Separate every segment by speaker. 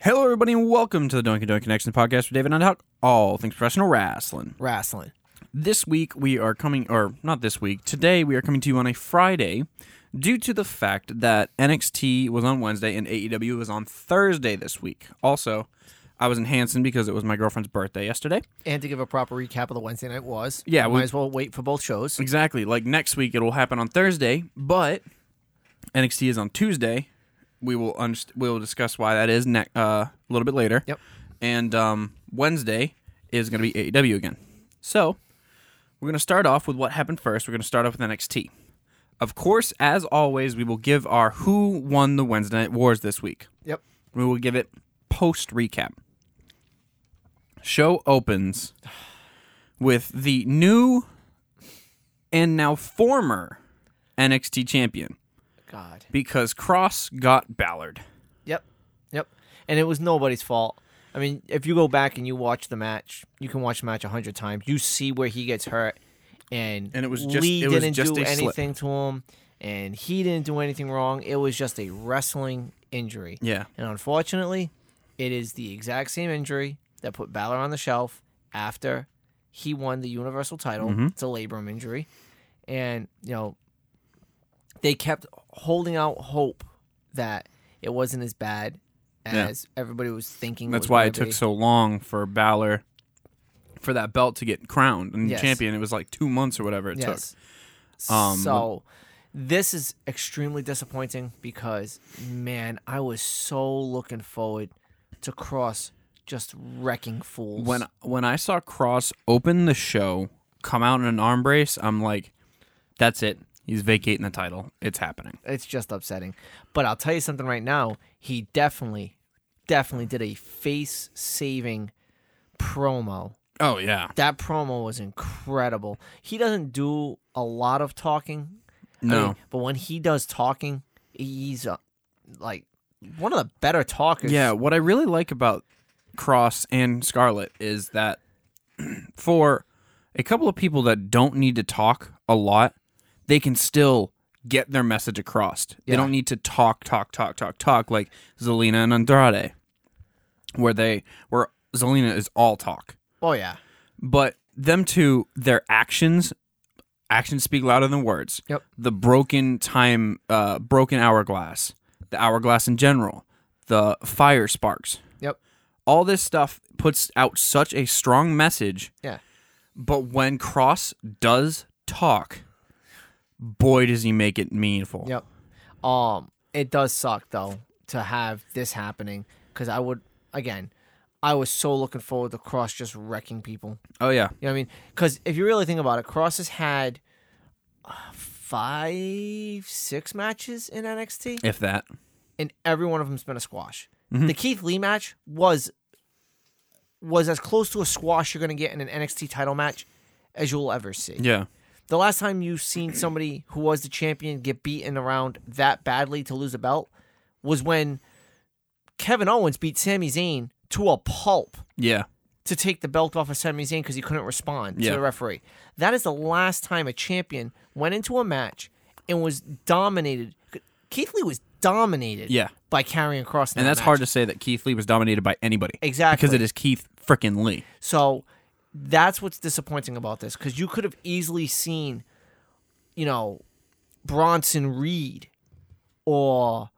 Speaker 1: Hello, everybody, and welcome to the Donkey Donkey Connection podcast with David and Huck. All things professional wrestling.
Speaker 2: wrestling.
Speaker 1: This week we are coming, or not this week. Today we are coming to you on a Friday, due to the fact that NXT was on Wednesday and AEW was on Thursday this week. Also, I was in Hanson because it was my girlfriend's birthday yesterday.
Speaker 2: And to give a proper recap of the Wednesday night was,
Speaker 1: Yeah,
Speaker 2: might
Speaker 1: we-
Speaker 2: as well wait for both shows.
Speaker 1: Exactly. Like next week, it will happen on Thursday, but NXT is on Tuesday. We will underst we will discuss why that is ne- uh, a little bit later.
Speaker 2: Yep.
Speaker 1: And um, Wednesday is going to be AEW again. So we're going to start off with what happened first. We're going to start off with NXT. Of course, as always, we will give our who won the Wednesday Night Wars this week.
Speaker 2: Yep.
Speaker 1: We will give it post recap. Show opens with the new and now former NXT champion
Speaker 2: God.
Speaker 1: because Cross got Ballard.
Speaker 2: Yep. Yep. And it was nobody's fault. I mean, if you go back and you watch the match, you can watch the match a hundred times. You see where he gets hurt, and
Speaker 1: And it was just-
Speaker 2: Lee
Speaker 1: it was
Speaker 2: didn't
Speaker 1: just
Speaker 2: do
Speaker 1: a slip.
Speaker 2: anything to him, and he didn't do anything wrong. It was just a wrestling injury.
Speaker 1: Yeah.
Speaker 2: And unfortunately, it is the exact same injury that put Balor on the shelf after he won the Universal title.
Speaker 1: Mm-hmm.
Speaker 2: It's a labrum injury. And, you know, they kept holding out hope that it wasn't as bad
Speaker 1: Yeah.
Speaker 2: as everybody was thinking.
Speaker 1: That's
Speaker 2: was
Speaker 1: why
Speaker 2: gonna
Speaker 1: it took
Speaker 2: be.
Speaker 1: so long for Balor for that belt to get crowned and
Speaker 2: Yes.
Speaker 1: champion. It was like two months or whatever it
Speaker 2: Yes.
Speaker 1: Um,
Speaker 2: so this is extremely disappointing because man, I was so looking forward to Cross just wrecking fools.
Speaker 1: took. When when I saw Cross open the show, come out in an arm brace, I'm like, that's it. He's vacating the title. It's happening.
Speaker 2: it's just upsetting. But I'll tell you something right now. He definitely, definitely did a face saving promo.
Speaker 1: Oh yeah.
Speaker 2: That promo was incredible. He doesn't do a lot of talking. I
Speaker 1: No.
Speaker 2: mean, but when he does talking, he's uh, like one of the better talkers.
Speaker 1: Yeah, what I really like about Cross and Scarlet is that for a couple of people that don't need to talk a lot, they can still get their message across. They
Speaker 2: Yeah.
Speaker 1: don't need to talk, talk, talk, talk, talk like Zelina and Andrade, where they where Zelina is all talk.
Speaker 2: Oh yeah.
Speaker 1: But them two, their actions actions speak louder than words.
Speaker 2: Yep.
Speaker 1: The broken time, uh, broken hourglass, the hourglass in general, the fire sparks
Speaker 2: Yep.
Speaker 1: all this stuff puts out such a strong message,
Speaker 2: Yeah.
Speaker 1: but when Cross does talk, boy does he make it meaningful.
Speaker 2: Yep. Um, it does suck though to have this happening because I would again, I was so looking forward to Cross just wrecking people.
Speaker 1: Oh yeah.
Speaker 2: You know what I mean? Because if you really think about it, Cross has had uh, five, six matches in NXT,
Speaker 1: If that.
Speaker 2: and every one of them's been a squash. The Keith Lee match was was as close to a squash you're going to get in an NXT title match as you'll ever see.
Speaker 1: Yeah.
Speaker 2: The last time you've seen somebody who was the champion get beaten around that badly to lose a belt was when Kevin Owens beat Sami Zayn to a pulp
Speaker 1: Yeah.
Speaker 2: to take the belt off of Sami Zayn because he couldn't respond
Speaker 1: Yeah.
Speaker 2: to the referee. That is the last time a champion went into a match and was dominated. Keith Lee was dominated
Speaker 1: Yeah.
Speaker 2: by carrying Cross,
Speaker 1: And that's hard to say that Keith Lee was dominated by anybody.
Speaker 2: Exactly.
Speaker 1: Because it is Keith freaking Lee.
Speaker 2: So that's what's disappointing about this because you could have easily seen, you know, Bronson Reed or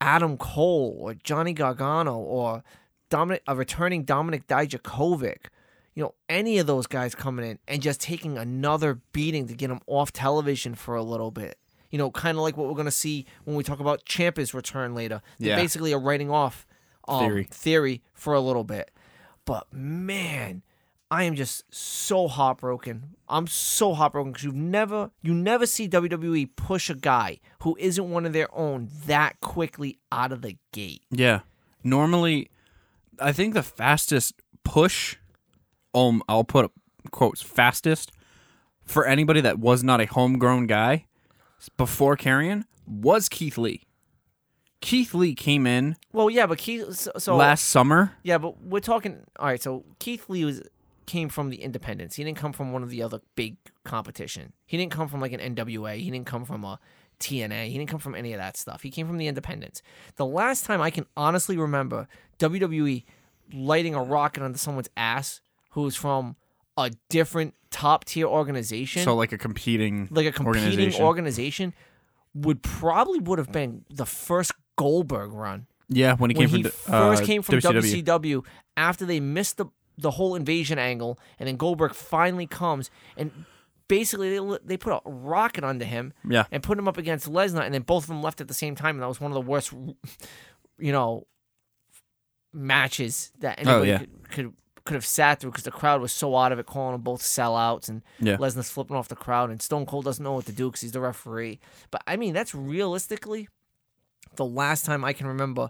Speaker 2: Adam Cole or Johnny Gargano or Dominic, a returning Dominic Dijakovic, you know, any of those guys coming in and just taking another beating to get them off television for a little bit. You know, kind of like what we're going to see when we talk about Champa's return later. They
Speaker 1: Yeah.
Speaker 2: basically are writing off um,
Speaker 1: Theory.
Speaker 2: theory for a little bit. But man, I am just so heartbroken. I'm so heartbroken because you've never you never see WWE push a guy who isn't one of their own that quickly out of the gate.
Speaker 1: Yeah. Normally, I think the fastest push, um, I'll put up quotes fastest for anybody that was not a homegrown guy before carrying was Keith Lee. Keith Lee came in
Speaker 2: Well, yeah, but Keith. So, so
Speaker 1: last summer.
Speaker 2: yeah, but we're talking. All right, so Keith Lee was came from the independents. He didn't come from one of the other big competition. He didn't come from like an NWA. He didn't come from a TNA. He didn't come from any of that stuff. He came from the independents. The last time I can honestly remember WWE lighting a rocket onto someone's ass who was from a different top tier organization,
Speaker 1: So like a competing
Speaker 2: like a competing organization.
Speaker 1: organization.
Speaker 2: would probably would have been the first Goldberg run
Speaker 1: yeah, when he
Speaker 2: when
Speaker 1: came
Speaker 2: he
Speaker 1: from
Speaker 2: first
Speaker 1: uh,
Speaker 2: came from
Speaker 1: WCW.
Speaker 2: WCW. after they missed the the whole invasion angle, and then Goldberg finally comes and basically they, li- they put a rocket onto him
Speaker 1: Yeah.
Speaker 2: and put him up against Lesnar, and then both of them left at the same time, and that was one of the worst, you know, matches that anybody
Speaker 1: Oh, yeah.
Speaker 2: could, could could have sat through because the crowd was so out of it, calling them both sellouts, and
Speaker 1: Yeah.
Speaker 2: Lesnar's flipping off the crowd, and Stone Cold doesn't know what to do because he's the referee. But I mean, that's realistically the last time I can remember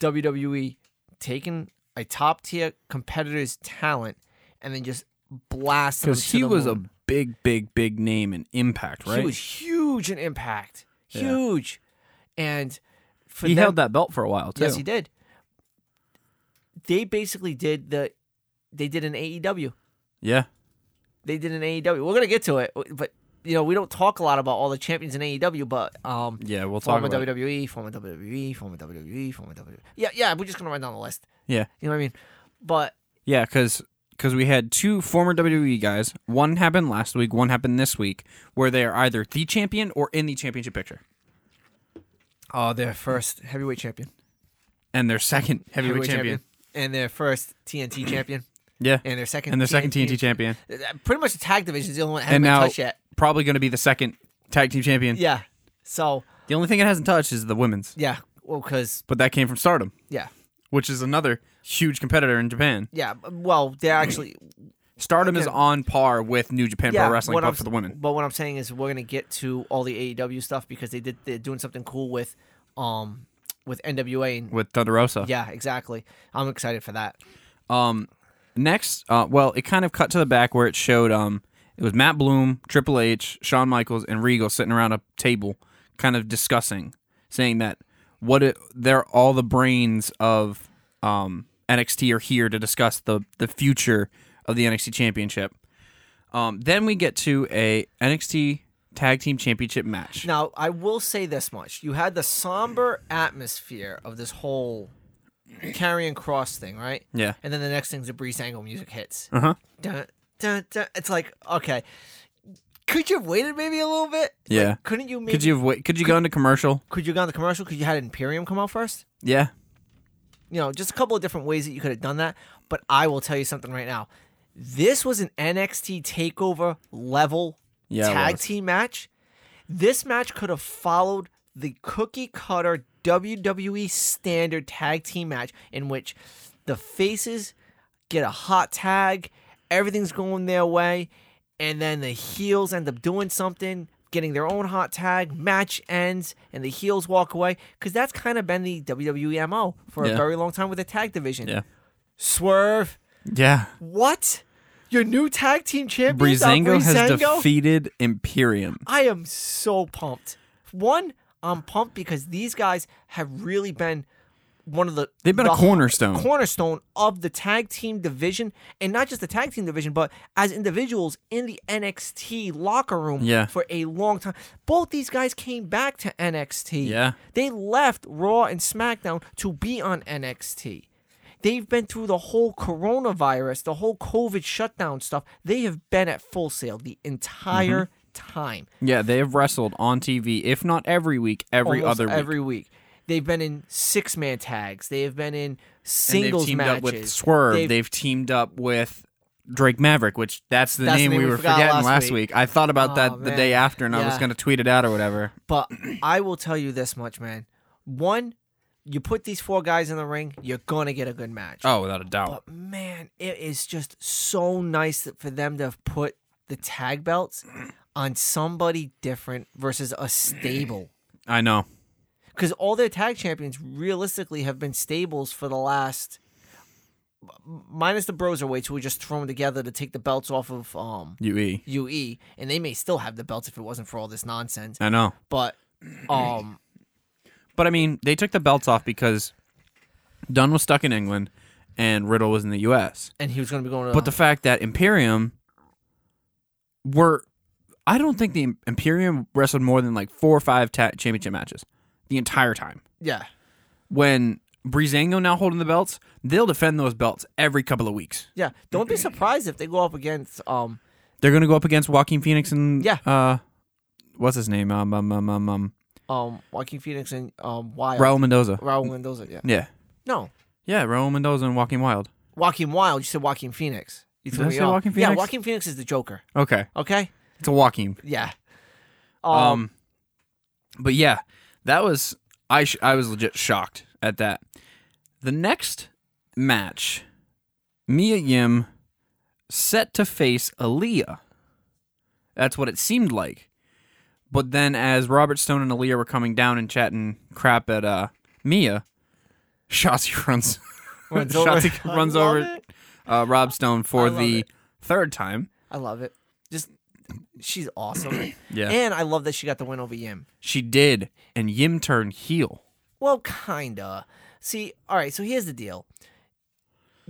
Speaker 2: WWE E taking a top tier competitor's talent and then just blasting them
Speaker 1: Because
Speaker 2: to
Speaker 1: he
Speaker 2: the
Speaker 1: was
Speaker 2: moon.
Speaker 1: a big, big, big name in Impact, right?
Speaker 2: He was huge in impact.
Speaker 1: Yeah.
Speaker 2: Huge. And for
Speaker 1: He
Speaker 2: them,
Speaker 1: held that belt for a while too.
Speaker 2: Yes, he did. They basically did the they did an AEW.
Speaker 1: Yeah,
Speaker 2: They did an AEW. We're gonna get to it, but you know, we don't talk a lot about all the champions in AEW, but um
Speaker 1: yeah. We'll talk
Speaker 2: former
Speaker 1: about. it.
Speaker 2: WWE, former WWE, former WWE, former WWE. Yeah, yeah, we're just gonna run down the list.
Speaker 1: Yeah,
Speaker 2: You know what I mean? But
Speaker 1: yeah. Because we had two former WWE guys. One happened last week. One happened this week, where they are either the champion or in the championship picture,
Speaker 2: Oh,
Speaker 1: Hmm.
Speaker 2: their first heavyweight champion.
Speaker 1: and their second heavyweight, champion.
Speaker 2: And their first TNT champion.
Speaker 1: Yeah,
Speaker 2: And their second
Speaker 1: and their second TNT champion,
Speaker 2: Uh, Pretty much the tag division is the only one that hasn't
Speaker 1: and
Speaker 2: been
Speaker 1: now
Speaker 2: touched yet.
Speaker 1: probably going to be the second tag team champion.
Speaker 2: Yeah. So
Speaker 1: The only thing it hasn't touched is the women's,
Speaker 2: yeah, well, because
Speaker 1: but that came from Stardom,
Speaker 2: yeah,
Speaker 1: which is another huge competitor in Japan.
Speaker 2: yeah. Well, they're actually
Speaker 1: Stardom is
Speaker 2: Again.
Speaker 1: on par with New Japan
Speaker 2: yeah.
Speaker 1: Pro Wrestling,
Speaker 2: what
Speaker 1: but
Speaker 2: I'm
Speaker 1: for
Speaker 2: s-
Speaker 1: the women.
Speaker 2: But what I'm saying is, we're gonna get to all the AEW stuff because they did they're doing something cool with, um, with NWA and
Speaker 1: With Thunder Rosa.
Speaker 2: yeah, exactly. I'm excited for that.
Speaker 1: Um, next, uh, well, it kind of cut to the back where it showed um, it was Matt Bloom, Triple H, Shawn Michaels, and Regal sitting around a table, kind of discussing, saying that what it, they're all the brains of um, NXT are here to discuss the the future of the NXT Championship. Um, then we get to a NXT Tag Team Championship match.
Speaker 2: Now, I will say this much: you had the somber atmosphere of this whole carrying cross thing, right?
Speaker 1: Yeah.
Speaker 2: And then the next thing's the Breeze Angle music hits.
Speaker 1: Uh huh.
Speaker 2: dun, dun, dun. It's like, okay, could you have waited maybe a little bit? Like,
Speaker 1: Yeah.
Speaker 2: couldn't you? Maybe,
Speaker 1: Could you have wait, could you go into commercial?
Speaker 2: Could you have gone to commercial? Could you had Imperium come out first?
Speaker 1: Yeah.
Speaker 2: You know, just a couple of different ways that you could have done that. But I will tell you something right now. This was an NXT Takeover level
Speaker 1: Yeah, it
Speaker 2: tag
Speaker 1: was.
Speaker 2: team match. This match could have followed the cookie cutter WWE standard tag team match in which the faces get a hot tag, everything's going their way, and then the heels end up doing something, getting their own hot tag, match ends, and the heels walk away. Because that's kind of been the WWE MO for a
Speaker 1: Yeah.
Speaker 2: very long time with the tag division.
Speaker 1: Yeah.
Speaker 2: Swerve,
Speaker 1: Yeah.
Speaker 2: what? Your new tag team champion?
Speaker 1: Breezango has
Speaker 2: Breezango?
Speaker 1: defeated Imperium.
Speaker 2: I am so pumped. One, I'm pumped because these guys have really been one of the
Speaker 1: They've been a
Speaker 2: the
Speaker 1: cornerstone.
Speaker 2: cornerstone of the tag team division, and not just the tag team division, but as individuals in the NXT locker room
Speaker 1: Yeah.
Speaker 2: for a long time. Both these guys came back to NXT.
Speaker 1: Yeah.
Speaker 2: They left Raw and SmackDown to be on NXT. They've been through the whole coronavirus, the whole COVID shutdown stuff. They have been at full sale the entire
Speaker 1: Mm-hmm.
Speaker 2: time.
Speaker 1: Yeah, they have wrestled on TV, if not every week, every
Speaker 2: Almost
Speaker 1: other week.
Speaker 2: every week. They've been in six man tags. They have been in
Speaker 1: And they've
Speaker 2: singles
Speaker 1: teamed
Speaker 2: matches.
Speaker 1: up with Swerve. They've,
Speaker 2: They've-
Speaker 1: teamed up with Drake Maverick, which that's the
Speaker 2: That's
Speaker 1: name
Speaker 2: the
Speaker 1: we were forgetting last, week. I thought about that
Speaker 2: Aw,
Speaker 1: the
Speaker 2: Oh, man.
Speaker 1: day after, and I was
Speaker 2: Yeah.
Speaker 1: going to tweet it out or whatever.
Speaker 2: But I will tell you this much, man. One, you put these four guys in the ring, you're gonna get a good match.
Speaker 1: Oh, without a doubt.
Speaker 2: But man, it is just so nice that- for them to have put the tag belts on somebody different versus a stable.
Speaker 1: I know.
Speaker 2: because all their tag champions realistically have been stables for the last minus the broserweights who were just thrown together to take the belts off of um
Speaker 1: UE.
Speaker 2: UE and they may still have the belts if it wasn't for all this nonsense
Speaker 1: I know.
Speaker 2: but um
Speaker 1: But I mean, they took the belts off because Dunn was stuck in England and Riddle was in the US.
Speaker 2: and he was going to be going to
Speaker 1: But the fact that Imperium were I don't think the Imperium wrestled more than like four or five ta- championship matches the entire time.
Speaker 2: Yeah.
Speaker 1: When Breezango now holding the belts, they'll defend those belts every couple of weeks.
Speaker 2: Yeah. Don't be surprised if they go up against um
Speaker 1: They're gonna go up against Joaquin Phoenix and
Speaker 2: Yeah.
Speaker 1: uh, what's his name? Um, um, um, um, um
Speaker 2: um Joaquin Phoenix and um Wild.
Speaker 1: Raul Mendoza.
Speaker 2: Raul Mendoza, yeah.
Speaker 1: Yeah,
Speaker 2: No.
Speaker 1: yeah, Raul Mendoza and Joaquin Wild.
Speaker 2: Joaquin Wild, you said Joaquin Phoenix. You
Speaker 1: Did I
Speaker 2: me
Speaker 1: say
Speaker 2: off.
Speaker 1: Joaquin
Speaker 2: Yeah,
Speaker 1: Phoenix?
Speaker 2: Joaquin Phoenix is the Joker.
Speaker 1: Okay,
Speaker 2: Okay?
Speaker 1: it's a Joaquin.
Speaker 2: Yeah.
Speaker 1: Um,
Speaker 2: Um,
Speaker 1: but yeah, that was I. Sh- I was legit shocked at that. The next match, Mia Yim set to face Aaliyah. That's what it seemed like. But then, as Robert Stone and Aaliyah were coming down and chatting crap at uh, Mia, Shotzi runs
Speaker 2: Runs
Speaker 1: Shotzi
Speaker 2: over.
Speaker 1: runs
Speaker 2: I love
Speaker 1: over
Speaker 2: it.
Speaker 1: uh, Rob Stone for
Speaker 2: I love
Speaker 1: the
Speaker 2: it.
Speaker 1: third time.
Speaker 2: I love it. Just she's awesome.
Speaker 1: Yeah.
Speaker 2: And I love that she got the win over Yim.
Speaker 1: She did, and Yim turned heel.
Speaker 2: Well, kinda. See, all right. So here's the deal.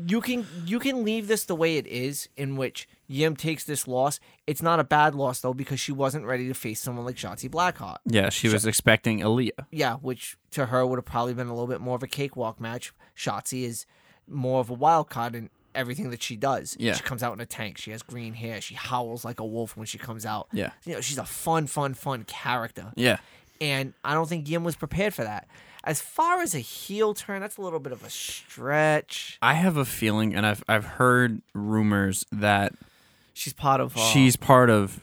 Speaker 2: You can you can leave this the way it is, in which Yim takes this loss. It's not a bad loss though, because she wasn't ready to face someone like Shotzi Blackheart.
Speaker 1: Yeah, she was expecting Aaliyah.
Speaker 2: Yeah, which to her would have probably been a little bit more of a cakewalk match. Shotzi is more of a wild card in everything that she does.
Speaker 1: Yeah.
Speaker 2: She comes out in a tank. She has green hair. She howls like a wolf when she comes out.
Speaker 1: Yeah.
Speaker 2: You know, she's a fun, fun, fun character.
Speaker 1: Yeah.
Speaker 2: and I don't think Yim was prepared for that. As far as a heel turn, that's a little bit of a stretch.
Speaker 1: I have a feeling, and I've I've heard rumors that
Speaker 2: She's part of. Uh,
Speaker 1: she's part of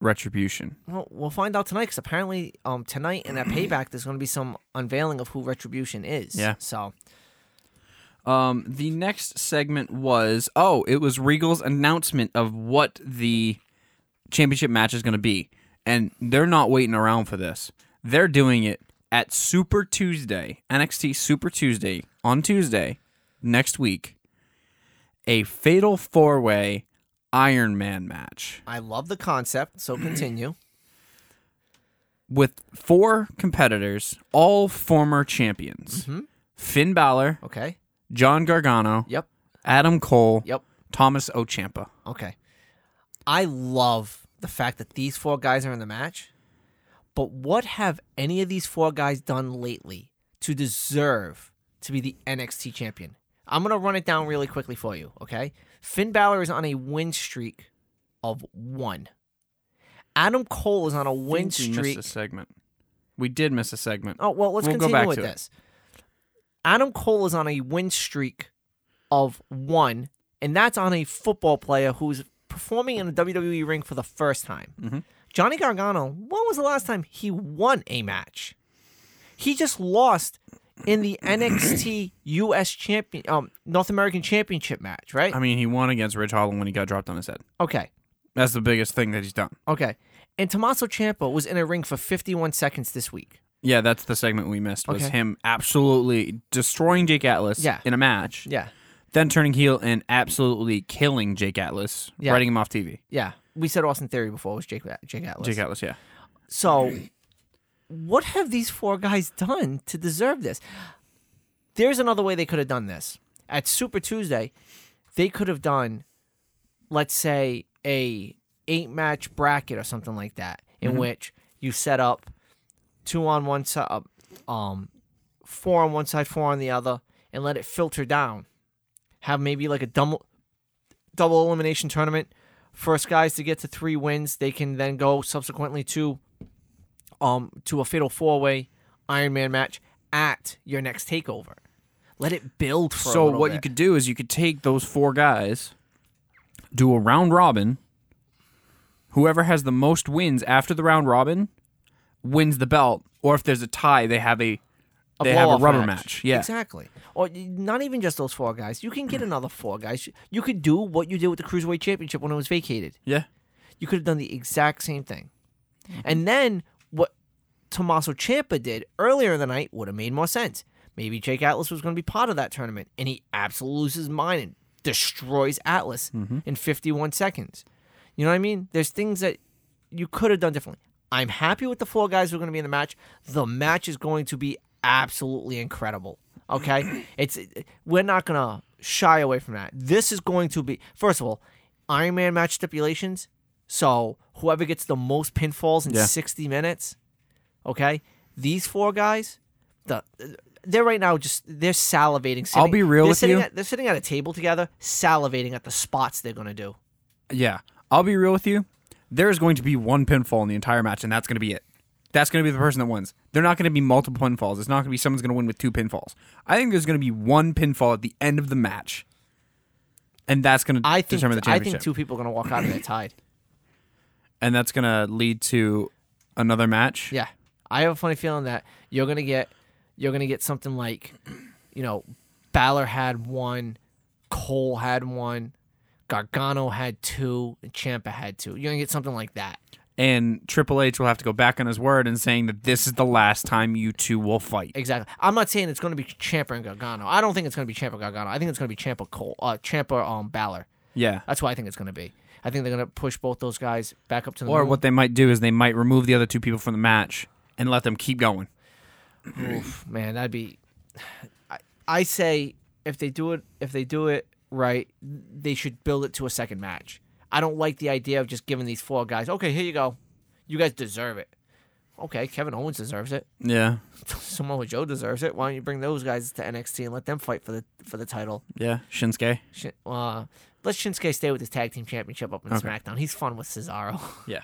Speaker 1: Retribution.
Speaker 2: Well, we'll find out tonight because apparently, um, tonight in that payback, there's going to be some unveiling of who Retribution is.
Speaker 1: Yeah.
Speaker 2: So
Speaker 1: Um, the next segment was oh, it was Regal's announcement of what the championship match is going to be, and they're not waiting around for this. They're doing it at Super Tuesday, NXT Super Tuesday on Tuesday next week. A fatal four way Iron Man match.
Speaker 2: I love the concept. So continue.
Speaker 1: with four competitors, all former champions
Speaker 2: Mm-hmm.
Speaker 1: Finn Balor,
Speaker 2: okay.
Speaker 1: John Gargano,
Speaker 2: Yep.
Speaker 1: Adam Cole,
Speaker 2: Yep.
Speaker 1: Thomas Ochampa.
Speaker 2: Okay. I love the fact that these four guys are in the match, but what have any of these four guys done lately to deserve to be the NXT champion? I'm going to run it down really quickly for you, okay? Finn Balor is on a win streak of one. Adam Cole is on a win streak.
Speaker 1: missed a segment. We did miss a segment.
Speaker 2: Oh, well, let's
Speaker 1: We'll go
Speaker 2: continue
Speaker 1: back
Speaker 2: with
Speaker 1: to it.
Speaker 2: this. Adam Cole is on a win streak of one, and that's on a football player who's performing in a WWE E ring for the first time.
Speaker 1: Mm-hmm.
Speaker 2: Johnny Gargano, when was the last time he won a match? He just lost in the NXT US champion, um, North American Championship match, right?
Speaker 1: I mean, he won against Rich Holland when he got dropped on his head.
Speaker 2: Okay,
Speaker 1: That's the biggest thing that he's done.
Speaker 2: okay. And Tommaso Ciampa was in a ring for 51 seconds this week.
Speaker 1: Yeah, that's the segment we missed was
Speaker 2: Okay.
Speaker 1: him absolutely destroying Jake Atlas
Speaker 2: Yeah.
Speaker 1: in a match,
Speaker 2: Yeah,
Speaker 1: then turning heel and absolutely killing Jake Atlas,
Speaker 2: Yeah.
Speaker 1: writing him off TV.
Speaker 2: yeah. We said Austin Theory before was Jake, Jake Atlas.
Speaker 1: Jake Atlas, yeah.
Speaker 2: So, what have these four guys done to deserve this? There's another way they could have done this. At Super Tuesday, they could have done, let's say, a eight match bracket or something like that, in
Speaker 1: Mm-hmm.
Speaker 2: which you set up two on one side, um, four on one side, four on the other, and let it filter down. Have maybe like a double double elimination tournament. First guys to get to three wins, they can then go subsequently to um to a fatal four way Iron Man match at your next takeover. Let it build for a
Speaker 1: So
Speaker 2: little
Speaker 1: what
Speaker 2: bit.
Speaker 1: you could do is you could take those four guys, do a round robin. Whoever has the most wins after the round robin wins the belt, or if there's a tie, they have a they have a
Speaker 2: blow-off
Speaker 1: rubber match. Yeah,
Speaker 2: exactly. Or y- not even just those four guys. You can get another four guys. You could do what you did with the cruiserweight championship when it was vacated.
Speaker 1: yeah,
Speaker 2: You could have done the exact same thing.
Speaker 1: Mm-hmm.
Speaker 2: And then what Tommaso Ciampa did earlier in the night would have made more sense. Maybe Jake Atlas was going to be part of that tournament, and he absolutely loses his mind and destroys Atlas
Speaker 1: Mm-hmm.
Speaker 2: in 51 seconds. You know what I mean? There's things that you could have done differently. I'm happy with the four guys who are going to be in the match. The match is going to be absolutely incredible. Okay, it's we're not going to shy away from that. This is going to be first of all, Iron Man match stipulations So whoever gets the most pinfalls in
Speaker 1: Yeah.
Speaker 2: 60 minutes, okay, these four guys, the they're right now just they're salivating. Sitting,
Speaker 1: I'll be real
Speaker 2: they're
Speaker 1: with
Speaker 2: sitting
Speaker 1: you.
Speaker 2: At, they're sitting at a table together, salivating at the spots they're gonna do.
Speaker 1: Yeah, I'll be real with you. There is going to be one pinfall in the entire match, and that's going to be it. That's going to be the person that wins. They're not going to be multiple pinfalls. It's not going to be someone's going to win with two pinfalls. I think there's going to be one pinfall at the end of the match, and that's going to
Speaker 2: I think
Speaker 1: determine the
Speaker 2: I
Speaker 1: championship.
Speaker 2: think two people are gonna walk out of there tied.
Speaker 1: and that's going to lead to another match.
Speaker 2: Yeah, I have a funny feeling that you're gonna get you're gonna get something like, you know, Balor had one, Cole had one, Gargano had two, and Champa had two. You're gonna get something like that.
Speaker 1: And Triple H will have to go back on his word and saying that this is the last time you two will fight.
Speaker 2: Exactly. I'm not saying it's gonna be Champa and Gargano. I don't think it's gonna be Champa Gargano. I think it's gonna be Champa Cole, uh, Champa um Balor.
Speaker 1: Yeah.
Speaker 2: That's what I think it's gonna be. I think they're gonna push both those guys back up to the
Speaker 1: Or
Speaker 2: moon.
Speaker 1: what they might do is they might remove the other two people from the match and let them keep going.
Speaker 2: Oof, man, that'd be. I, I say if they do it, if they do it right, they should build it to a second match. I don't like the idea of just giving these four guys. Okay, here you go. You guys deserve it. Okay, Kevin Owens deserves it.
Speaker 1: Yeah.
Speaker 2: Samoa Joe deserves it. Why don't you bring those guys to NXT and let them fight for the for the title?
Speaker 1: Yeah. Shinsuke.
Speaker 2: Shin, uh, let Shinsuke stay with his tag team championship up in SmackDown. He's fun with Cesaro.
Speaker 1: Yeah.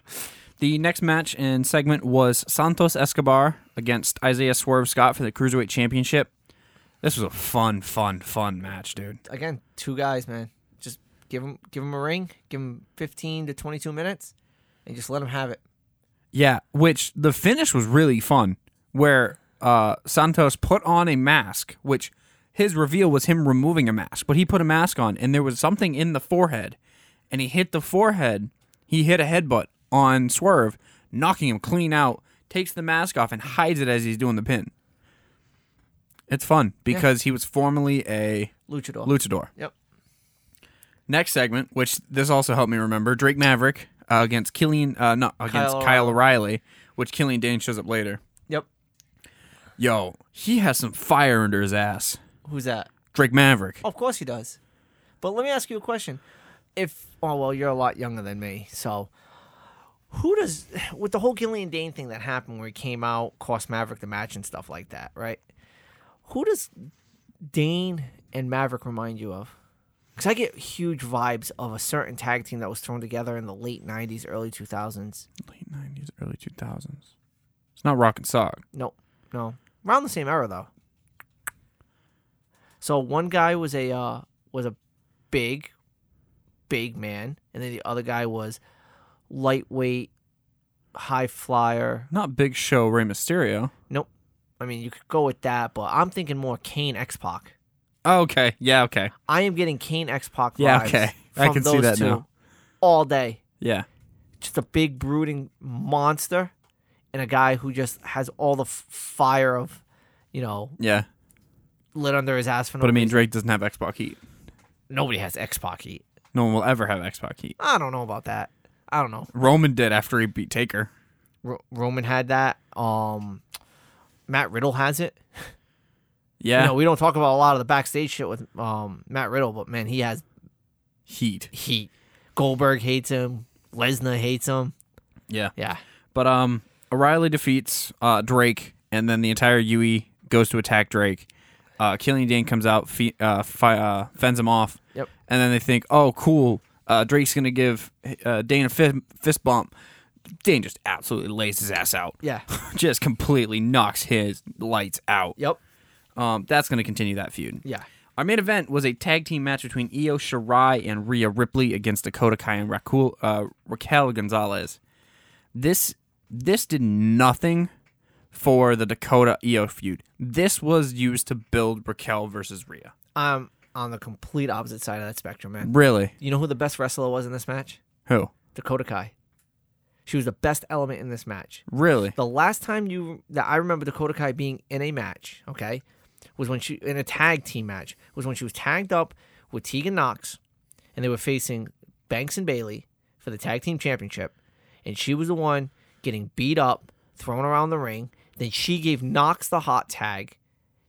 Speaker 1: The next match and segment was Santos Escobar against Isaiah Swerve Scott for the Cruiserweight Championship. This was a fun, fun, fun match, dude.
Speaker 2: Again, two guys, man. Just give him give him a ring. Give him fifteen to twenty two minutes, and just let him have it.
Speaker 1: Yeah, which the finish was really fun, where uh, Santos put on a mask, which his reveal was him removing a mask, but he put a mask on, and there was something in the forehead, and he hit the forehead. He hit a headbutt on Swerve, knocking him clean out. Takes the mask off and hides it as he's doing the pin. It's fun because he was formerly a
Speaker 2: Luchador.
Speaker 1: luchador.
Speaker 2: Yep.
Speaker 1: Next segment, which this also helped me remember, Drake Maverick uh, against Killian, uh, no, against
Speaker 2: Kyle
Speaker 1: Kyle O'Reilly, which Killian Dane shows up later.
Speaker 2: Yep.
Speaker 1: Yo, he has some fire under his ass.
Speaker 2: Who's that?
Speaker 1: Drake Maverick.
Speaker 2: Of course he does. But let me ask you a question. If oh well, you're a lot younger than me, so who does with the whole Gillian Dane thing that happened where he came out, cost Maverick the match and stuff like that, right? Who does Dane and Maverick remind you of? Because I get huge vibes of a certain tag team that was thrown together in the late '90s, early 2000s.
Speaker 1: Late nineties, early two thousands. It's not rock and sock.
Speaker 2: Nope, no, around the same era though. So one guy was a uh, was a big, big man, and then the other guy was lightweight, high flyer.
Speaker 1: Not Big Show Rey Mysterio.
Speaker 2: Nope. I mean, you could go with that, but I'm thinking more Kane X Pac.
Speaker 1: Oh, okay. Yeah. Okay.
Speaker 2: I am getting Kane X Pac.
Speaker 1: Yeah, okay. I can see that now.
Speaker 2: All day,
Speaker 1: Yeah.
Speaker 2: just a big brooding monster, and a guy who just has all the f- fire of, you know,
Speaker 1: Yeah.
Speaker 2: lit under his ass for no
Speaker 1: But I mean,
Speaker 2: reason.
Speaker 1: Drake doesn't have X Pac heat.
Speaker 2: nobody has X Pac heat.
Speaker 1: No one will ever have X Pac heat.
Speaker 2: I don't know about that. I don't know.
Speaker 1: Roman did after he beat Taker.
Speaker 2: Ro- Roman had that. Um, Matt Riddle has it.
Speaker 1: Yeah.
Speaker 2: You know, we don't talk about a lot of the backstage shit with um, Matt Riddle, but man, he has
Speaker 1: heat.
Speaker 2: heat. Goldberg hates him. Lesnar hates him.
Speaker 1: Yeah.
Speaker 2: Yeah.
Speaker 1: But um, O'Reilly defeats uh, Drake, and then the entire UE goes to attack Drake. Uh, Killian Dane comes out, fe- uh, fi- uh, fends him off.
Speaker 2: Yep.
Speaker 1: And then they think, oh, cool. Uh, Drake's gonna give uh, Dane a fi- fist bump. Dane just absolutely lays his ass out.
Speaker 2: Yeah.
Speaker 1: just completely knocks his lights out.
Speaker 2: Yep.
Speaker 1: Um, that's gonna continue that feud.
Speaker 2: Yeah.
Speaker 1: Our main event was a tag team match between Io Shirai and Rhea Ripley against Dakota Kai and Raquel, uh, Raquel Gonzalez. This this did nothing for the Dakota Io feud. This was used to build Raquel versus Rhea.
Speaker 2: I'm on the complete opposite side of that spectrum, man.
Speaker 1: Really?
Speaker 2: You know who the best wrestler was in this match?
Speaker 1: Who?
Speaker 2: Dakota Kai. She was the best element in this match.
Speaker 1: Really?
Speaker 2: The last time you that I remember Dakota Kai being in a match, okay, was when she in a tag team match was when she was tagged up with Tegan Knox, and they were facing Banks and Bailey for the tag team championship, and she was the one getting beat up, thrown around the ring. Then she gave Knox the hot tag,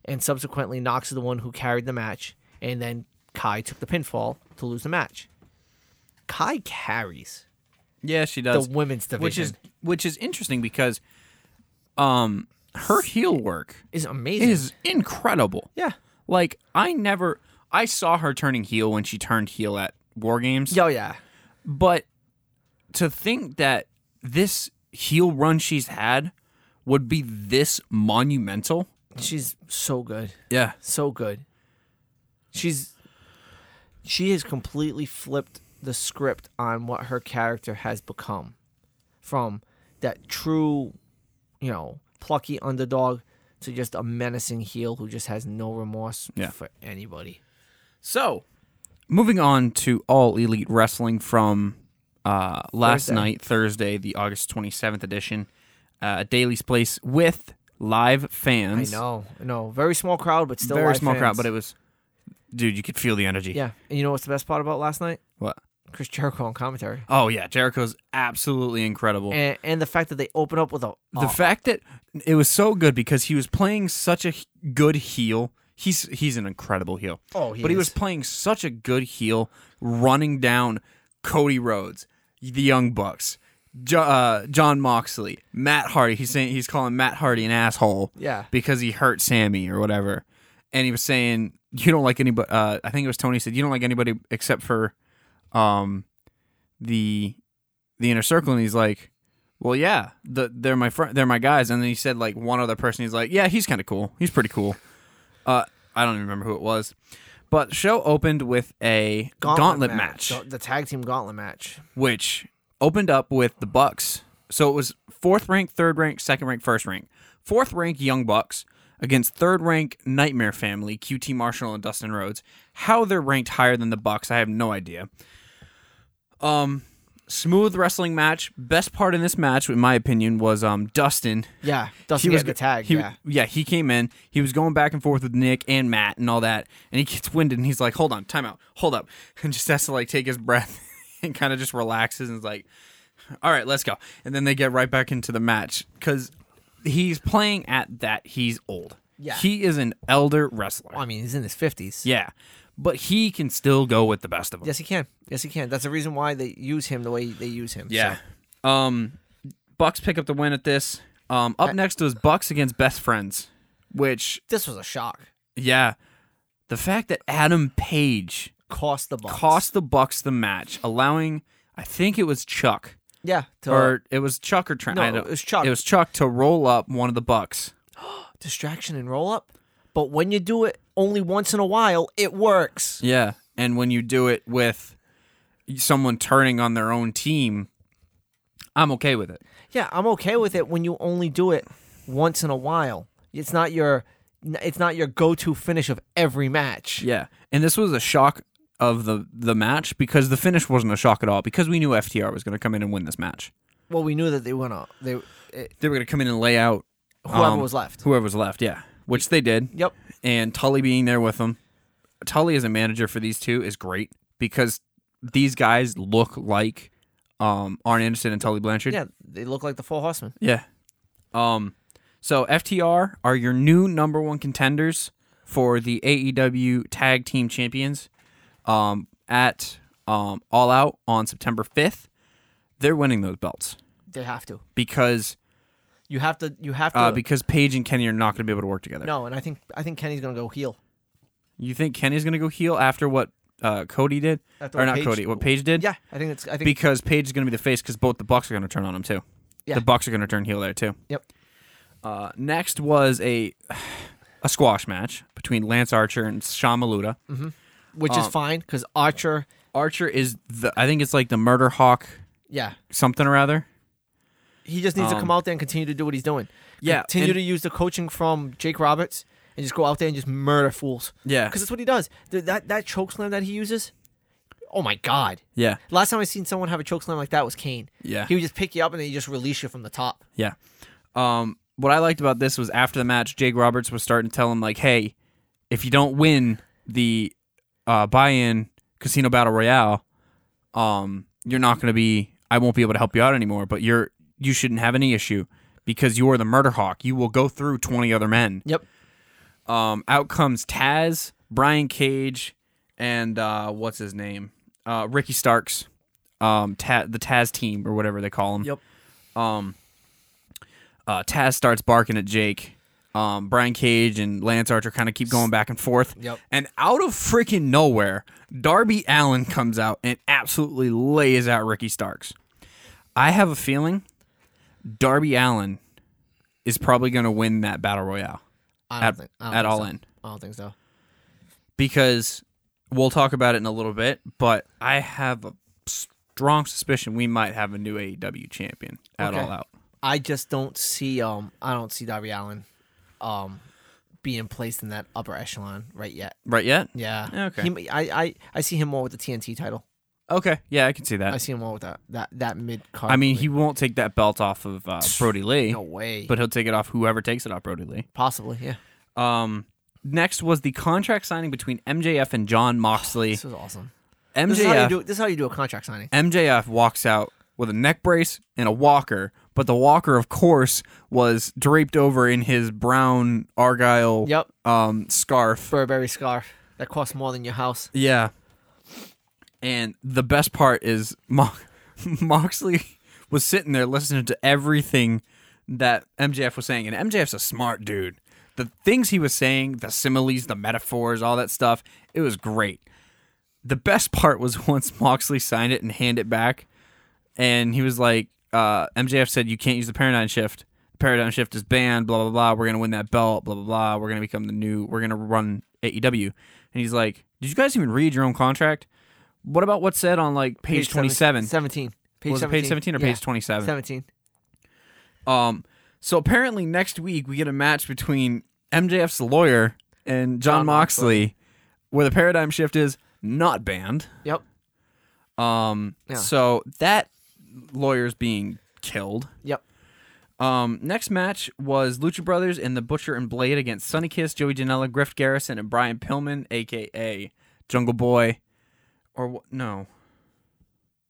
Speaker 2: and subsequently Knox is the one who carried the match, and then Kai took the pinfall to lose the match. Kai carries.
Speaker 1: Yeah, she does.
Speaker 2: the women's division,
Speaker 1: which is which is interesting because um her heel work
Speaker 2: is amazing.
Speaker 1: is incredible.
Speaker 2: yeah,
Speaker 1: Like I never I saw her turning heel when she turned heel at War Games.
Speaker 2: yo, Oh, yeah,
Speaker 1: But to think that this heel run she's had would be this monumental.
Speaker 2: she's so good,
Speaker 1: Yeah.
Speaker 2: so good. She's she has completely flipped the script on what her character has become, from that true, you know, plucky underdog to just a menacing heel who just has no remorse
Speaker 1: Yeah.
Speaker 2: for anybody.
Speaker 1: So, moving on to All Elite Wrestling from uh, last
Speaker 2: Thursday.
Speaker 1: night, Thursday, the August 27th edition, uh, at Daly's Place with live
Speaker 2: I
Speaker 1: fans.
Speaker 2: know, I know, very small crowd, but still
Speaker 1: Very
Speaker 2: live
Speaker 1: small crowd,
Speaker 2: fans.
Speaker 1: but it was, dude, you could feel the energy.
Speaker 2: yeah. And you know what's the best part about last night?
Speaker 1: What?
Speaker 2: Chris Jericho on commentary.
Speaker 1: Oh, yeah. Jericho's absolutely incredible.
Speaker 2: and, and the fact that they open up with a
Speaker 1: the fact that it was so good because he was playing such a h- good heel. He's he's an incredible heel.
Speaker 2: Oh, he
Speaker 1: but he
Speaker 2: is.
Speaker 1: was playing such a good heel, running down Cody Rhodes, the Young Bucks, jo- uh, John Moxley, Matt Hardy. He's saying he's calling Matt Hardy an asshole.
Speaker 2: Yeah.
Speaker 1: because he hurt Sammy or whatever, and he was saying you don't like anybody. Uh, I think it was Tony said you don't like anybody except for, um, the the inner circle, and he's like, well, yeah, the, they're my friend, they're my guys. And then he said like one other person. He's like, yeah, he's kind of cool. He's pretty cool. Uh, I don't even remember who it was, but show opened with a gauntlet, match,
Speaker 2: The- the tag team gauntlet match.
Speaker 1: which opened up with the Bucks. So it was fourth rank, third rank, second rank, first rank. Fourth rank Young Bucks against third rank Nightmare Family, QT Marshall and Dustin Rhodes. How they're ranked higher than the Bucks, I have no idea. Um, smooth wrestling match. Best part in this match, in my opinion, was um Dustin
Speaker 2: Yeah, Dustin
Speaker 1: was
Speaker 2: was the tag.
Speaker 1: he-
Speaker 2: yeah,
Speaker 1: he came in. He was going back and forth with Nick and Matt and all that, and he gets winded and he's like, "Hold on, time out, hold up," and just has to like take his breath and kind of just relaxes and is like, "All right, let's go." And then they get right back into the match because he's playing at that he's old.
Speaker 2: Yeah.
Speaker 1: he is an elder wrestler.
Speaker 2: I mean he's in his fifties.
Speaker 1: yeah, but he can still go with the best of them.
Speaker 2: Yes, he can. Yes, he can. That's the reason why they use him the way they use him.
Speaker 1: Yeah.
Speaker 2: so.
Speaker 1: Um, Bucks pick up the win at this. Um,
Speaker 2: Uh,
Speaker 1: up next was Bucks against Best Friends, which
Speaker 2: this was a shock.
Speaker 1: Yeah. The fact that Adam Page
Speaker 2: Cost the Bucks.
Speaker 1: cost the Bucks the match, allowing I think it was Chuck
Speaker 2: Yeah, to
Speaker 1: or it was Chuck or Trent.
Speaker 2: No,
Speaker 1: I don't-
Speaker 2: it was Chuck.
Speaker 1: It was Chuck to roll up one of the Bucks.
Speaker 2: distraction and roll up. But when you do it only once in a while, it works.
Speaker 1: Yeah, and when you do it with someone turning on their own team, I'm okay with it.
Speaker 2: Yeah, I'm okay with it when you only do it once in a while. It's not your, it's not your go-to finish of every match.
Speaker 1: Yeah, and this was a shock of the the match because the finish wasn't a shock at all because we knew FTR was going to come in and win this match.
Speaker 2: Well, we knew that they went up. They it,
Speaker 1: They were going to come in and lay out
Speaker 2: whoever
Speaker 1: um,
Speaker 2: was left.
Speaker 1: whoever was left. Yeah, which they did.
Speaker 2: Yep.
Speaker 1: and Tully being there with them. Tully as a manager for these two is great because these guys look like um, Arn Anderson and Tully Blanchard.
Speaker 2: Yeah, they look like the Four Horsemen.
Speaker 1: Yeah. Um, so FTR are your new number one contenders for the AEW Tag Team Champions um, at um, All Out on September 5th. They're winning those belts
Speaker 2: They have to.
Speaker 1: because
Speaker 2: You have to. You have to.
Speaker 1: uh, because Paige and Kenny are not going to be able to work together.
Speaker 2: no, and I think I think Kenny's gonna go heel.
Speaker 1: You think Kenny's going to go heel after what uh, Cody did?
Speaker 2: After
Speaker 1: or
Speaker 2: what
Speaker 1: not
Speaker 2: Paige-
Speaker 1: Cody, what Paige did?
Speaker 2: Yeah, I think it's. I think.
Speaker 1: because Paige is going to be the face because both the Bucks are going to turn on him too.
Speaker 2: Yeah.
Speaker 1: The Bucks are going to turn heel there too.
Speaker 2: yep.
Speaker 1: Uh, next was a a squash match between Lance Archer and Sean Maluda.
Speaker 2: Mm. Which is
Speaker 1: um,
Speaker 2: fine because Archer.
Speaker 1: Archer is the I think it's like the Murder Hawk
Speaker 2: Yeah,
Speaker 1: something or other.
Speaker 2: he just needs to come out there and continue to do what he's doing.
Speaker 1: um, Yeah,
Speaker 2: Continue
Speaker 1: and-
Speaker 2: to use the coaching from Jake Roberts and just go out there and just murder fools.
Speaker 1: Yeah.
Speaker 2: Because that's what he does. Th- that that choke slam that he uses. Oh my God.
Speaker 1: Yeah,
Speaker 2: Last time I seen someone have a choke slam like that was Kane.
Speaker 1: Yeah.
Speaker 2: He would just pick you up and then he just release you from the top.
Speaker 1: yeah. Um, what I liked about this was after the match, Jake Roberts was starting to tell him like, "Hey, if you don't win the uh, buy-in casino battle royale, um, you're not going to be. I won't be able to help you out anymore. But you're you shouldn't have any issue because you are the murder hawk. You will go through twenty other men.
Speaker 2: Yep.
Speaker 1: Um, out comes Taz, Brian Cage, and uh, what's his name, uh, Ricky Starks. um, Ta- the Taz team or whatever they call him. Uh, Taz starts barking at Jake. Um, Brian Cage and Lance Archer kind of keep going back and forth.
Speaker 3: Yep.
Speaker 1: And out of freaking nowhere, Darby Allen comes out and absolutely lays out Ricky Starks. I have a feeling Darby Allen is probably going to win that battle royale
Speaker 2: I don't
Speaker 1: at,
Speaker 2: think, I don't
Speaker 1: at
Speaker 2: think
Speaker 1: All
Speaker 2: so.
Speaker 1: In
Speaker 2: I don't think so.
Speaker 1: because we'll talk about it in a little bit, but I have a strong suspicion we might have a new AEW champion at
Speaker 2: Okay.
Speaker 1: All Out.
Speaker 2: I just don't see um I don't see Darby Allen um being placed in that upper echelon right yet.
Speaker 1: Right yet?
Speaker 2: Yeah.
Speaker 1: Okay.
Speaker 2: He, I, I I see him more with the TNT title.
Speaker 1: Okay. Yeah, I can see
Speaker 2: I
Speaker 1: that.
Speaker 2: see him more with that that that mid card.
Speaker 1: I mean, he won't take that belt off of uh, Brody Lee,
Speaker 2: no way.
Speaker 1: but he'll take it off whoever takes it off Brody Lee.
Speaker 2: possibly, yeah.
Speaker 1: Um, next was the contract signing between MJF and John Moxley.
Speaker 2: This was awesome. Oh, This is, how you
Speaker 1: MJF
Speaker 2: do, this is how you do a contract signing.
Speaker 1: MJF walks out with a neck brace and a walker, but the walker, of course, was draped over in his brown argyle
Speaker 2: Yep.
Speaker 1: um, scarf.
Speaker 2: Burberry scarf that costs more than your house.
Speaker 1: Yeah. And the best part is Mo- Moxley was sitting there listening to everything that MJF was saying, and MJF's a smart dude. The things he was saying, the similes, the metaphors, all that stuff, it was great. The best part was once Moxley signed it and handed it back, and he was like, uh, MJF said, You can't use the paradigm shift. The paradigm shift is banned, blah, blah, blah. We're going to win that belt, blah, blah, blah. We're going to become the new, we're going to run AEW. And he's like, Did you guys even read your own contract? What about what's said on like page, 27?
Speaker 2: 17. Page
Speaker 1: was
Speaker 2: 17.
Speaker 1: it page 17 or
Speaker 2: Yeah.
Speaker 1: page 27?
Speaker 2: 17.
Speaker 1: Um, so apparently next week we get a match between MJF's lawyer and John,
Speaker 2: John
Speaker 1: Moxley,
Speaker 2: Moxley.
Speaker 1: where the paradigm shift is not banned.
Speaker 2: Yep.
Speaker 1: Um,
Speaker 2: Yeah.
Speaker 1: so that lawyer's being killed.
Speaker 2: Yep.
Speaker 1: Um, next match was Lucha Brothers and the Butcher and Blade against Sonny Kiss, Joey Janela, Griff Garrison, and Brian Pillman, aka Jungle Boy, or wh- no,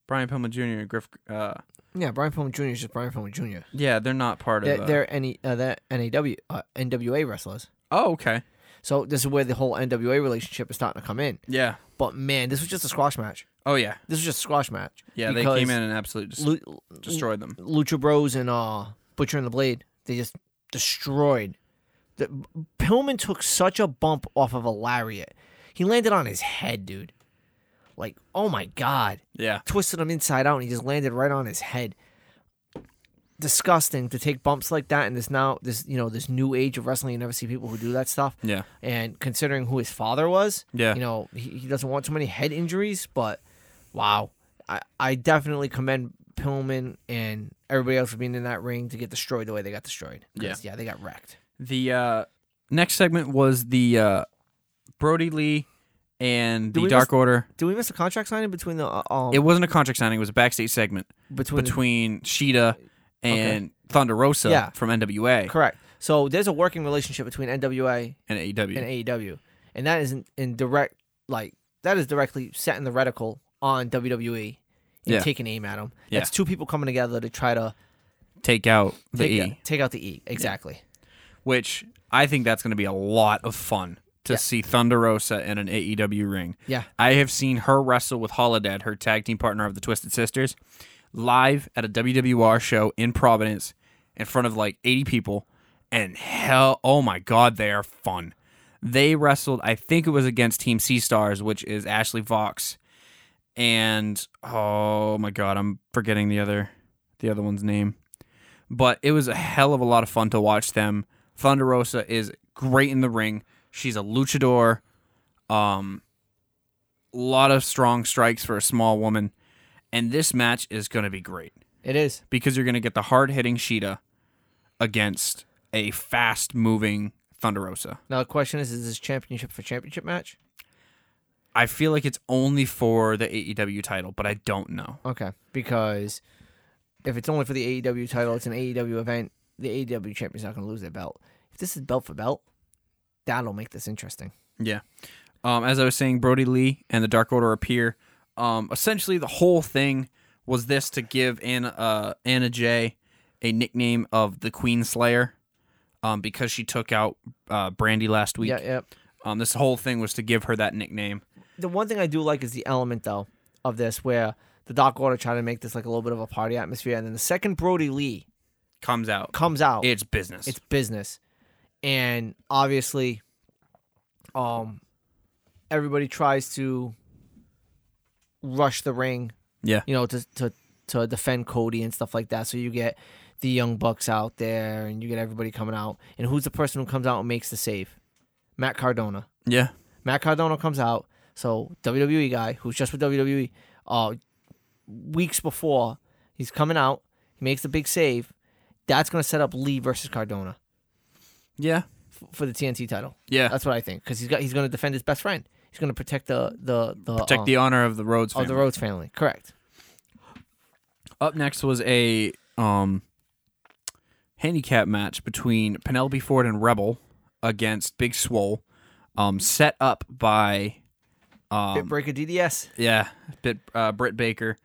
Speaker 1: Brian Pillman Jr. and Griff. Uh,
Speaker 2: Yeah, Brian Pillman Jr. is just Brian Pillman Jr.
Speaker 1: yeah, they're not part
Speaker 2: They're,
Speaker 1: of. uh,
Speaker 2: they're, NE, uh, they're NAW, uh, NWA wrestlers.
Speaker 1: oh, okay.
Speaker 2: So this is where the whole NWA relationship is starting to come in.
Speaker 1: Yeah.
Speaker 2: But man, this was just a squash match.
Speaker 1: Oh yeah.
Speaker 2: This was just a squash match.
Speaker 1: Yeah, they
Speaker 2: because
Speaker 1: came in and absolutely just
Speaker 2: Lu-
Speaker 1: destroyed them.
Speaker 2: Lucha Bros and uh, Butcher and the Blade, they just destroyed. The, Pillman took such a bump off of a lariat. He landed on his head, dude. Like, oh my god.
Speaker 1: Yeah.
Speaker 2: Twisted him inside out and he just landed right on his head. Disgusting to take bumps like that in this now this you know, this new age of wrestling. You never see people who do that stuff.
Speaker 1: Yeah.
Speaker 2: And considering who his father was,
Speaker 1: Yeah.
Speaker 2: you know, he, he doesn't want so many head injuries, but wow. I, I definitely commend Pillman and everybody else for being in that ring to get destroyed the way they got destroyed. 'Cause, Yeah, they got wrecked.
Speaker 1: The uh, next segment was the uh, Brody Lee and
Speaker 2: Do
Speaker 1: the
Speaker 2: we
Speaker 1: Dark Order.
Speaker 2: Did we miss a contract signing between the uh, um
Speaker 1: It wasn't a contract signing; it was a backstage segment
Speaker 2: between, the-
Speaker 1: between Sheeta and Thunder Rosa
Speaker 2: Yeah.
Speaker 1: from NWA
Speaker 2: correct. So there's a working relationship between NWA
Speaker 1: and E AEW.
Speaker 2: and AEW. And that is in, in direct like that is directly set in the reticle on WWE and
Speaker 1: Yeah.
Speaker 2: taking aim at them.
Speaker 1: Yeah.
Speaker 2: It's two people coming together to try to
Speaker 1: Take out the
Speaker 2: take,
Speaker 1: E,
Speaker 2: take out the E. Exactly.
Speaker 1: which I think that's going to be a lot of fun to
Speaker 2: Yeah.
Speaker 1: see Thunder Rosa in an AEW ring.
Speaker 2: Yeah.
Speaker 1: I have seen her wrestle with Holodad, her tag team partner of the Twisted Sisters, live at a WWR show in Providence in front of like 80 people. And hell, oh my God, they are fun. They wrestled, I think it was against Team Sea Stars, which is Ashley Vox. And oh my God, I'm forgetting the other the other one's name. But it was a hell of a lot of fun to watch them. Thunder Rosa is great in the ring. She's a luchador. Um, lot of strong strikes for a small woman, and this match is going to be great
Speaker 2: It is.
Speaker 1: because you're going to get the hard hitting Sheeta against a fast moving Thunder Rosa.
Speaker 2: Now the question is: Is this championship for championship match?
Speaker 1: I feel like it's only for the AEW title, but I don't know.
Speaker 2: Okay, because if it's only for the AEW title, it's an AEW event. The AEW champion's not going to lose their belt. If this is belt for belt, that'll make this interesting.
Speaker 1: Yeah. Um, as I was saying, Brody Lee and the Dark Order appear. Um, essentially, the whole thing was this to give Anna, uh, Anna Jay a nickname of the Queen Slayer um, because she took out uh, Brandy last week.
Speaker 2: Yeah, yeah.
Speaker 1: Um, this whole thing was to give her that nickname.
Speaker 2: The one thing I do like is the element though of this, where the Doc Order trying to make this like a little bit of a party atmosphere. And then the second Brody Lee
Speaker 1: Comes out.
Speaker 2: comes out,
Speaker 1: It's business.
Speaker 2: it's business. And obviously, um, everybody tries to rush the ring
Speaker 1: yeah.
Speaker 2: you know, to to to defend Cody and stuff like that. So you get the young bucks out there, and you get everybody coming out. And who's the person who comes out and makes the save? Matt Cardona.
Speaker 1: Yeah.
Speaker 2: Matt Cardona comes out. So WWE guy who's just with WWE, uh, weeks before he's coming out, he makes the big save. That's gonna set up Lee versus Cardona
Speaker 1: Yeah.
Speaker 2: f- for the TNT title.
Speaker 1: Yeah.
Speaker 2: That's what I think because he's got he's gonna defend his best friend. He's gonna protect the the the
Speaker 1: Protect
Speaker 2: uh,
Speaker 1: the honor of the Rhodes
Speaker 2: of the
Speaker 1: family.
Speaker 2: Rhodes family. Correct.
Speaker 1: Up next was a um handicap match between Penelope Ford and Rebel against Big Swole, um, set up by uh, Um,
Speaker 2: Bit breaker DDS.
Speaker 1: yeah, Brit, uh, Britt Baker.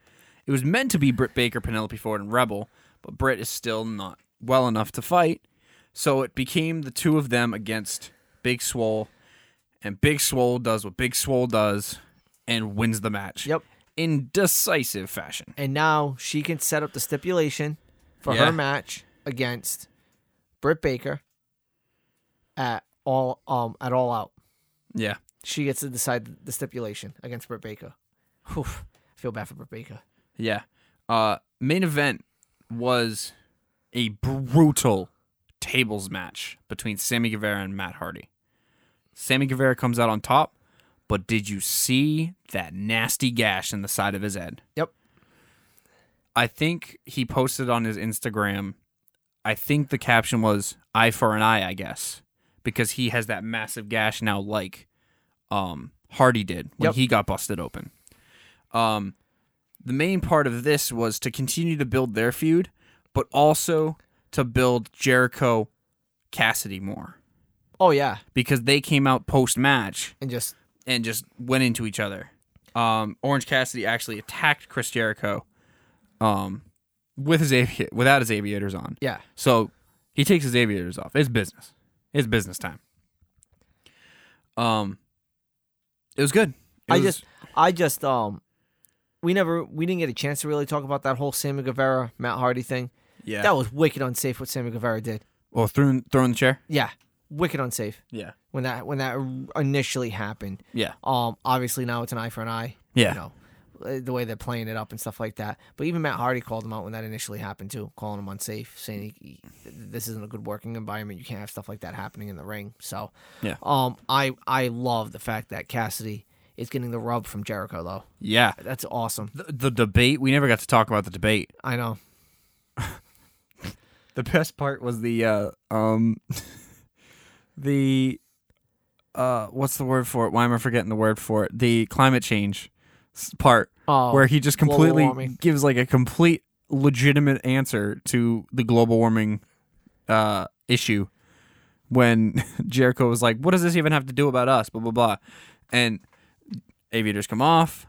Speaker 1: It was meant to be Britt Baker, Penelope Ford, and Rebel, but Britt is still not well enough to fight, so it became the two of them against Big Swole, and Big Swole does what Big Swole does and wins the match.
Speaker 2: Yep.
Speaker 1: in decisive fashion.
Speaker 2: and now she can set up the stipulation for
Speaker 1: Yeah.
Speaker 2: her match against Britt Baker at all um at all out.
Speaker 1: Yeah.
Speaker 2: She gets to decide the stipulation against Britt Baker. Whew, I feel bad for Britt Baker.
Speaker 1: Yeah. Uh main event was a brutal tables match between Sammy Guevara and Matt Hardy. Sammy Guevara comes out on top, but did you see that nasty gash in the side of his head?
Speaker 2: Yep.
Speaker 1: I think he posted on his Instagram. I think the caption was "eye for an eye," I guess, because he has that massive gash now, like um, Hardy did when
Speaker 2: Yep.
Speaker 1: he got busted open. Um, the main part of this was to continue to build their feud, but also to build Jericho Cassidy more
Speaker 2: Oh yeah,
Speaker 1: because they came out post match
Speaker 2: and just
Speaker 1: and just went into each other. Um, Orange Cassidy actually attacked Chris Jericho um, with his avi- without his aviators on.
Speaker 2: yeah,
Speaker 1: So he takes his aviators off. It's business. It's business time. Um, it was good. It
Speaker 2: I
Speaker 1: was-
Speaker 2: just, I just, um, we never, we didn't get a chance to really talk about that whole Sammy Guevara Matt Hardy thing.
Speaker 1: yeah.
Speaker 2: That was wicked unsafe what Sammy Guevara did.
Speaker 1: well, throwing throwing the chair.
Speaker 2: Yeah, wicked unsafe
Speaker 1: Yeah.
Speaker 2: when that when that initially happened.
Speaker 1: Yeah.
Speaker 2: Um, obviously now it's an eye for an eye.
Speaker 1: Yeah.
Speaker 2: You know, uh, the way they're playing it up and stuff like that. But even Matt Hardy called him out when that initially happened too, calling him unsafe, saying he, he- this isn't a good working environment. You can't have stuff like that happening in the ring. So,
Speaker 1: Yeah.
Speaker 2: Um, I I love the fact that Cassidy is getting the rub from Jericho though.
Speaker 1: Yeah.
Speaker 2: That's awesome.
Speaker 1: The, the debate. We never got to talk about the debate.
Speaker 2: I know.
Speaker 1: The best part was the uh, um, the uh, what's the word for it? Why am I forgetting the word for it? The climate change s- part,
Speaker 2: Oh,
Speaker 1: where he just
Speaker 2: global
Speaker 1: completely
Speaker 2: warming.
Speaker 1: gives like a complete legitimate answer to the global warming uh, issue. When Jericho was like, "What does this even have to do about us?" Blah blah blah, and aviators come off.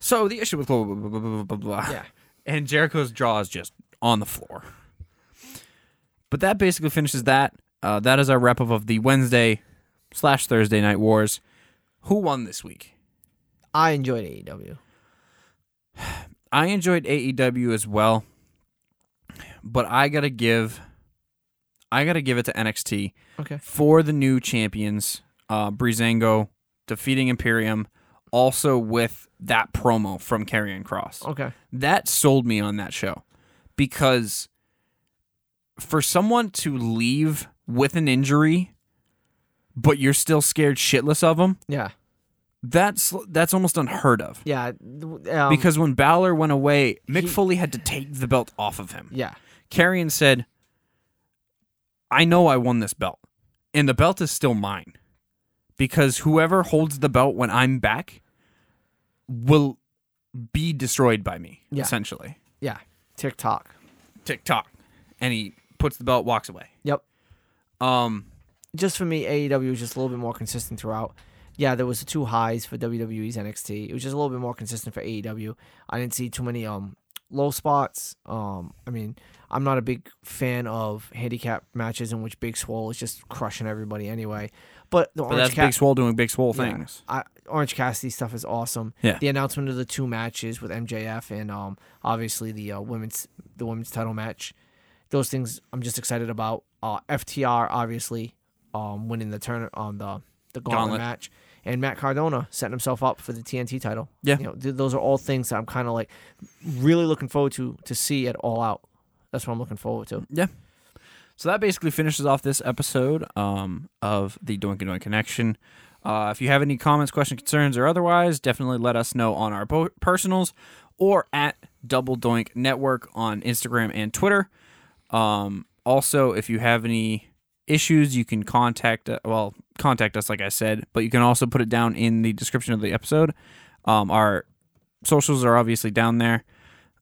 Speaker 1: So the issue with global blah blah blah blah blah. blah.
Speaker 2: Yeah.
Speaker 1: And Jericho's jaw is just on the floor. But that basically finishes that. Uh, that is our wrap up of the Wednesday slash Thursday night wars. Who won this week?
Speaker 2: I enjoyed E AEW.
Speaker 1: I enjoyed AEW as well, but I gotta give, I gotta give it to NXT.
Speaker 2: Okay.
Speaker 1: for the new champions, uh, Breezango defeating Imperium, also with that promo from Karrion Cross.
Speaker 2: Okay.
Speaker 1: That sold me on that show because for someone to leave with an injury, but you're still scared shitless of them,
Speaker 2: Yeah.
Speaker 1: that's that's almost unheard of.
Speaker 2: Yeah. th- Um,
Speaker 1: Because when Balor went away, Mick
Speaker 2: He-
Speaker 1: Foley had to take the belt off of him.
Speaker 2: yeah.
Speaker 1: Carrion said, I know I won this belt, and the belt is still mine because whoever holds the belt when I'm back will be destroyed by me,
Speaker 2: Yeah.
Speaker 1: essentially.
Speaker 2: Yeah. TikTok.
Speaker 1: Tick tock. And he puts the belt, walks away.
Speaker 2: Yep.
Speaker 1: Um,
Speaker 2: just for me, AEW was just a little bit more consistent throughout. Yeah, there was the two highs for WWE's NXT. It was just a little bit more consistent for AEW. I didn't see too many um low spots. Um, I mean, I'm not a big fan of handicap matches in which Big Swole is just crushing everybody anyway. But the
Speaker 1: But
Speaker 2: Orange
Speaker 1: that's
Speaker 2: Ca-
Speaker 1: Big Swole doing Big Swole
Speaker 2: yeah.
Speaker 1: things.
Speaker 2: I, Orange Cassidy stuff is awesome.
Speaker 1: Yeah.
Speaker 2: The announcement of the two matches with MJF and um obviously the uh, women's the women's title match. Those things I'm just excited about. Uh, FTR obviously um winning the turn on the the gauntlet,
Speaker 1: Gauntlet.
Speaker 2: match and Matt Cardona setting himself up for the TNT title.
Speaker 1: Yeah.
Speaker 2: You know, th- those are all things that I'm kind of like really looking forward to to see at All Out. That's what I'm looking forward to.
Speaker 1: Yeah. So that basically finishes off this episode um, of the Doink and Doink Connection. Uh, if you have any comments, questions, concerns, or otherwise, definitely let us know on our po- personals or at Double Doink Network on Instagram and Twitter. Um, also, if you have any issues, you can contact uh, well contact us, like I said, but you can also put it down in the description of the episode. Um, our socials are obviously down there.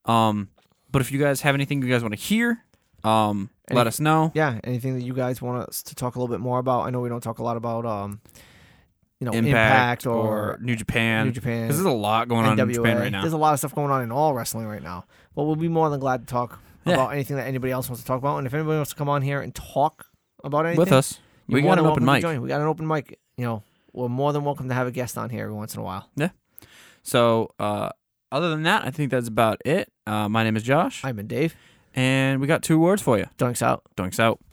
Speaker 1: Um, but if you guys have anything you guys want to hear, um, let
Speaker 2: Any-
Speaker 1: us know.
Speaker 2: yeah anything that you guys want us to talk a little bit more about i know we don't talk a lot about um you know
Speaker 1: Impact,
Speaker 2: impact, or,
Speaker 1: New Japan.
Speaker 2: New Japan,
Speaker 1: Because there's a lot going on in Japan
Speaker 2: nwa
Speaker 1: right now.
Speaker 2: there's a lot of stuff going on in all wrestling right now but we'll be more than glad to talk
Speaker 1: Yeah.
Speaker 2: about anything that anybody else wants to talk about and if anybody wants to come on here and talk about anything
Speaker 1: With us,
Speaker 2: you're
Speaker 1: we
Speaker 2: more
Speaker 1: got an
Speaker 2: than
Speaker 1: open
Speaker 2: welcome to
Speaker 1: mic.
Speaker 2: join. we got an open mic you know we're more than welcome to have a guest on here every once in a while
Speaker 1: So, uh, other than that, I think that's about it. Uh, my name is Josh,
Speaker 2: i've been dave
Speaker 1: and we got two words for you.
Speaker 2: dunks out
Speaker 1: Doinks out.